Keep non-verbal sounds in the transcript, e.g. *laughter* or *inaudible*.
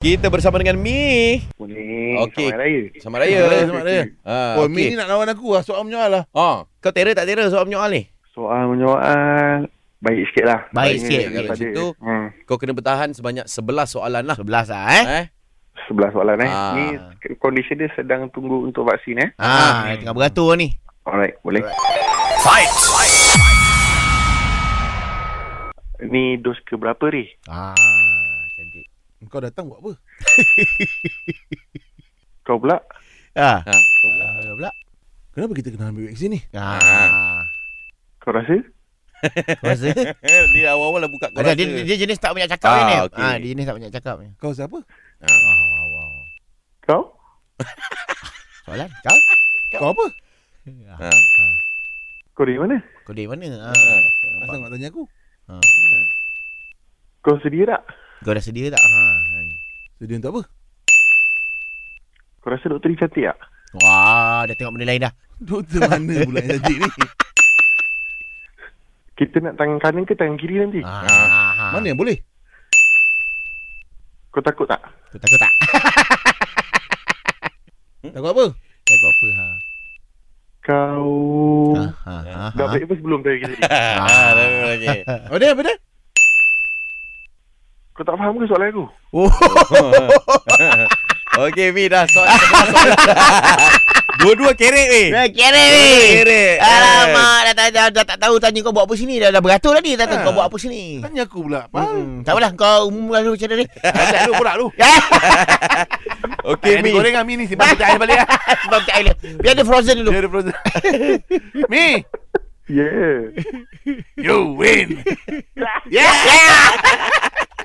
Kita bersama dengan Mi. Kuning Okey. okay. sama Sama raya. raya. Selamat raya. Ha, Oh, Mi ni nak lawan aku lah. Soal menyoal lah. Ah, kau terror tak terror soal menyoal ni? Soal menyoal baik sikit lah. Baik sikit. daripada- Dari situ. Hmm, Kau kena bertahan sebanyak 11 soalan lah. Sebelas lah eh. Eh? sebelah soalan eh. Ah. Ni kondisi dia sedang tunggu untuk vaksin eh. Ha, tengah beratur ni. Alright, boleh. Ni dos ke berapa ni? Ha, cantik. Kau datang buat apa? Kau pula? Ah. Ha. Ha. Dua pula. Kenapa kita kena ambil vaksin ni? Ha. Kau rasa? Kau Rasa. *laughs* dia awal-awal dah buka kau eh? Ada rasa. dia, dia jenis tak banyak cakap Ah, ni. okey. Ha, dia jenis tak banyak cakap ni. Ah, Kau siapa? Wow, wow, wow. Kau? Soalan kau? Kau apa? Ha. Ha. Kau dari mana? Kau dari mana? Ha. Ha. Asal nak tanya aku? Kau sedia tak? Kau dah sedia tak? Ha. tanya. Sedia untuk apa? Kau rasa doktor ni cantik tak? Wah, dah tengok benda lain dah. Doktor mana pula yang cantik ni? Kita nak tangan kanan ke tangan kiri nanti? Ha. Ah. ha, ha. Mana yang boleh? Kau takut tak? Kau takut tak? *laughs* Takut apa? Takut apa? Ha. Kau... Ha. Ha. ha, Oh. Dah ha. baik apa sebelum tadi kita ni? *laughs* Ah, dah okey. *laughs* Apa dia? Oh, Apa dia? Kau tak faham ke soalan aku? Okey, Mi dah soalan. sebelas *laughs* soalan. Dua-dua kerek ni. Dah kira Dua-dua ni. Eh. Kerek. Alamak, dah, dah, dah, dah tak tahu tanya kau buat apa sini. Dah, dah beratur tadi. Tak tahu Ha. kau buat apa sini. Tanya aku pula. Pal. Hmm, tak apalah kau umumkan dulu macam mana ni. *laughs* Ajak lu pula lu. Okey, Mi. Mi. Goreng kami ni. Simpan pecah air balik lah. Sebab tak air dia. Biar dia frozen dulu. Dia ada frozen. Mi. ya. Yeah. You win. Yeah.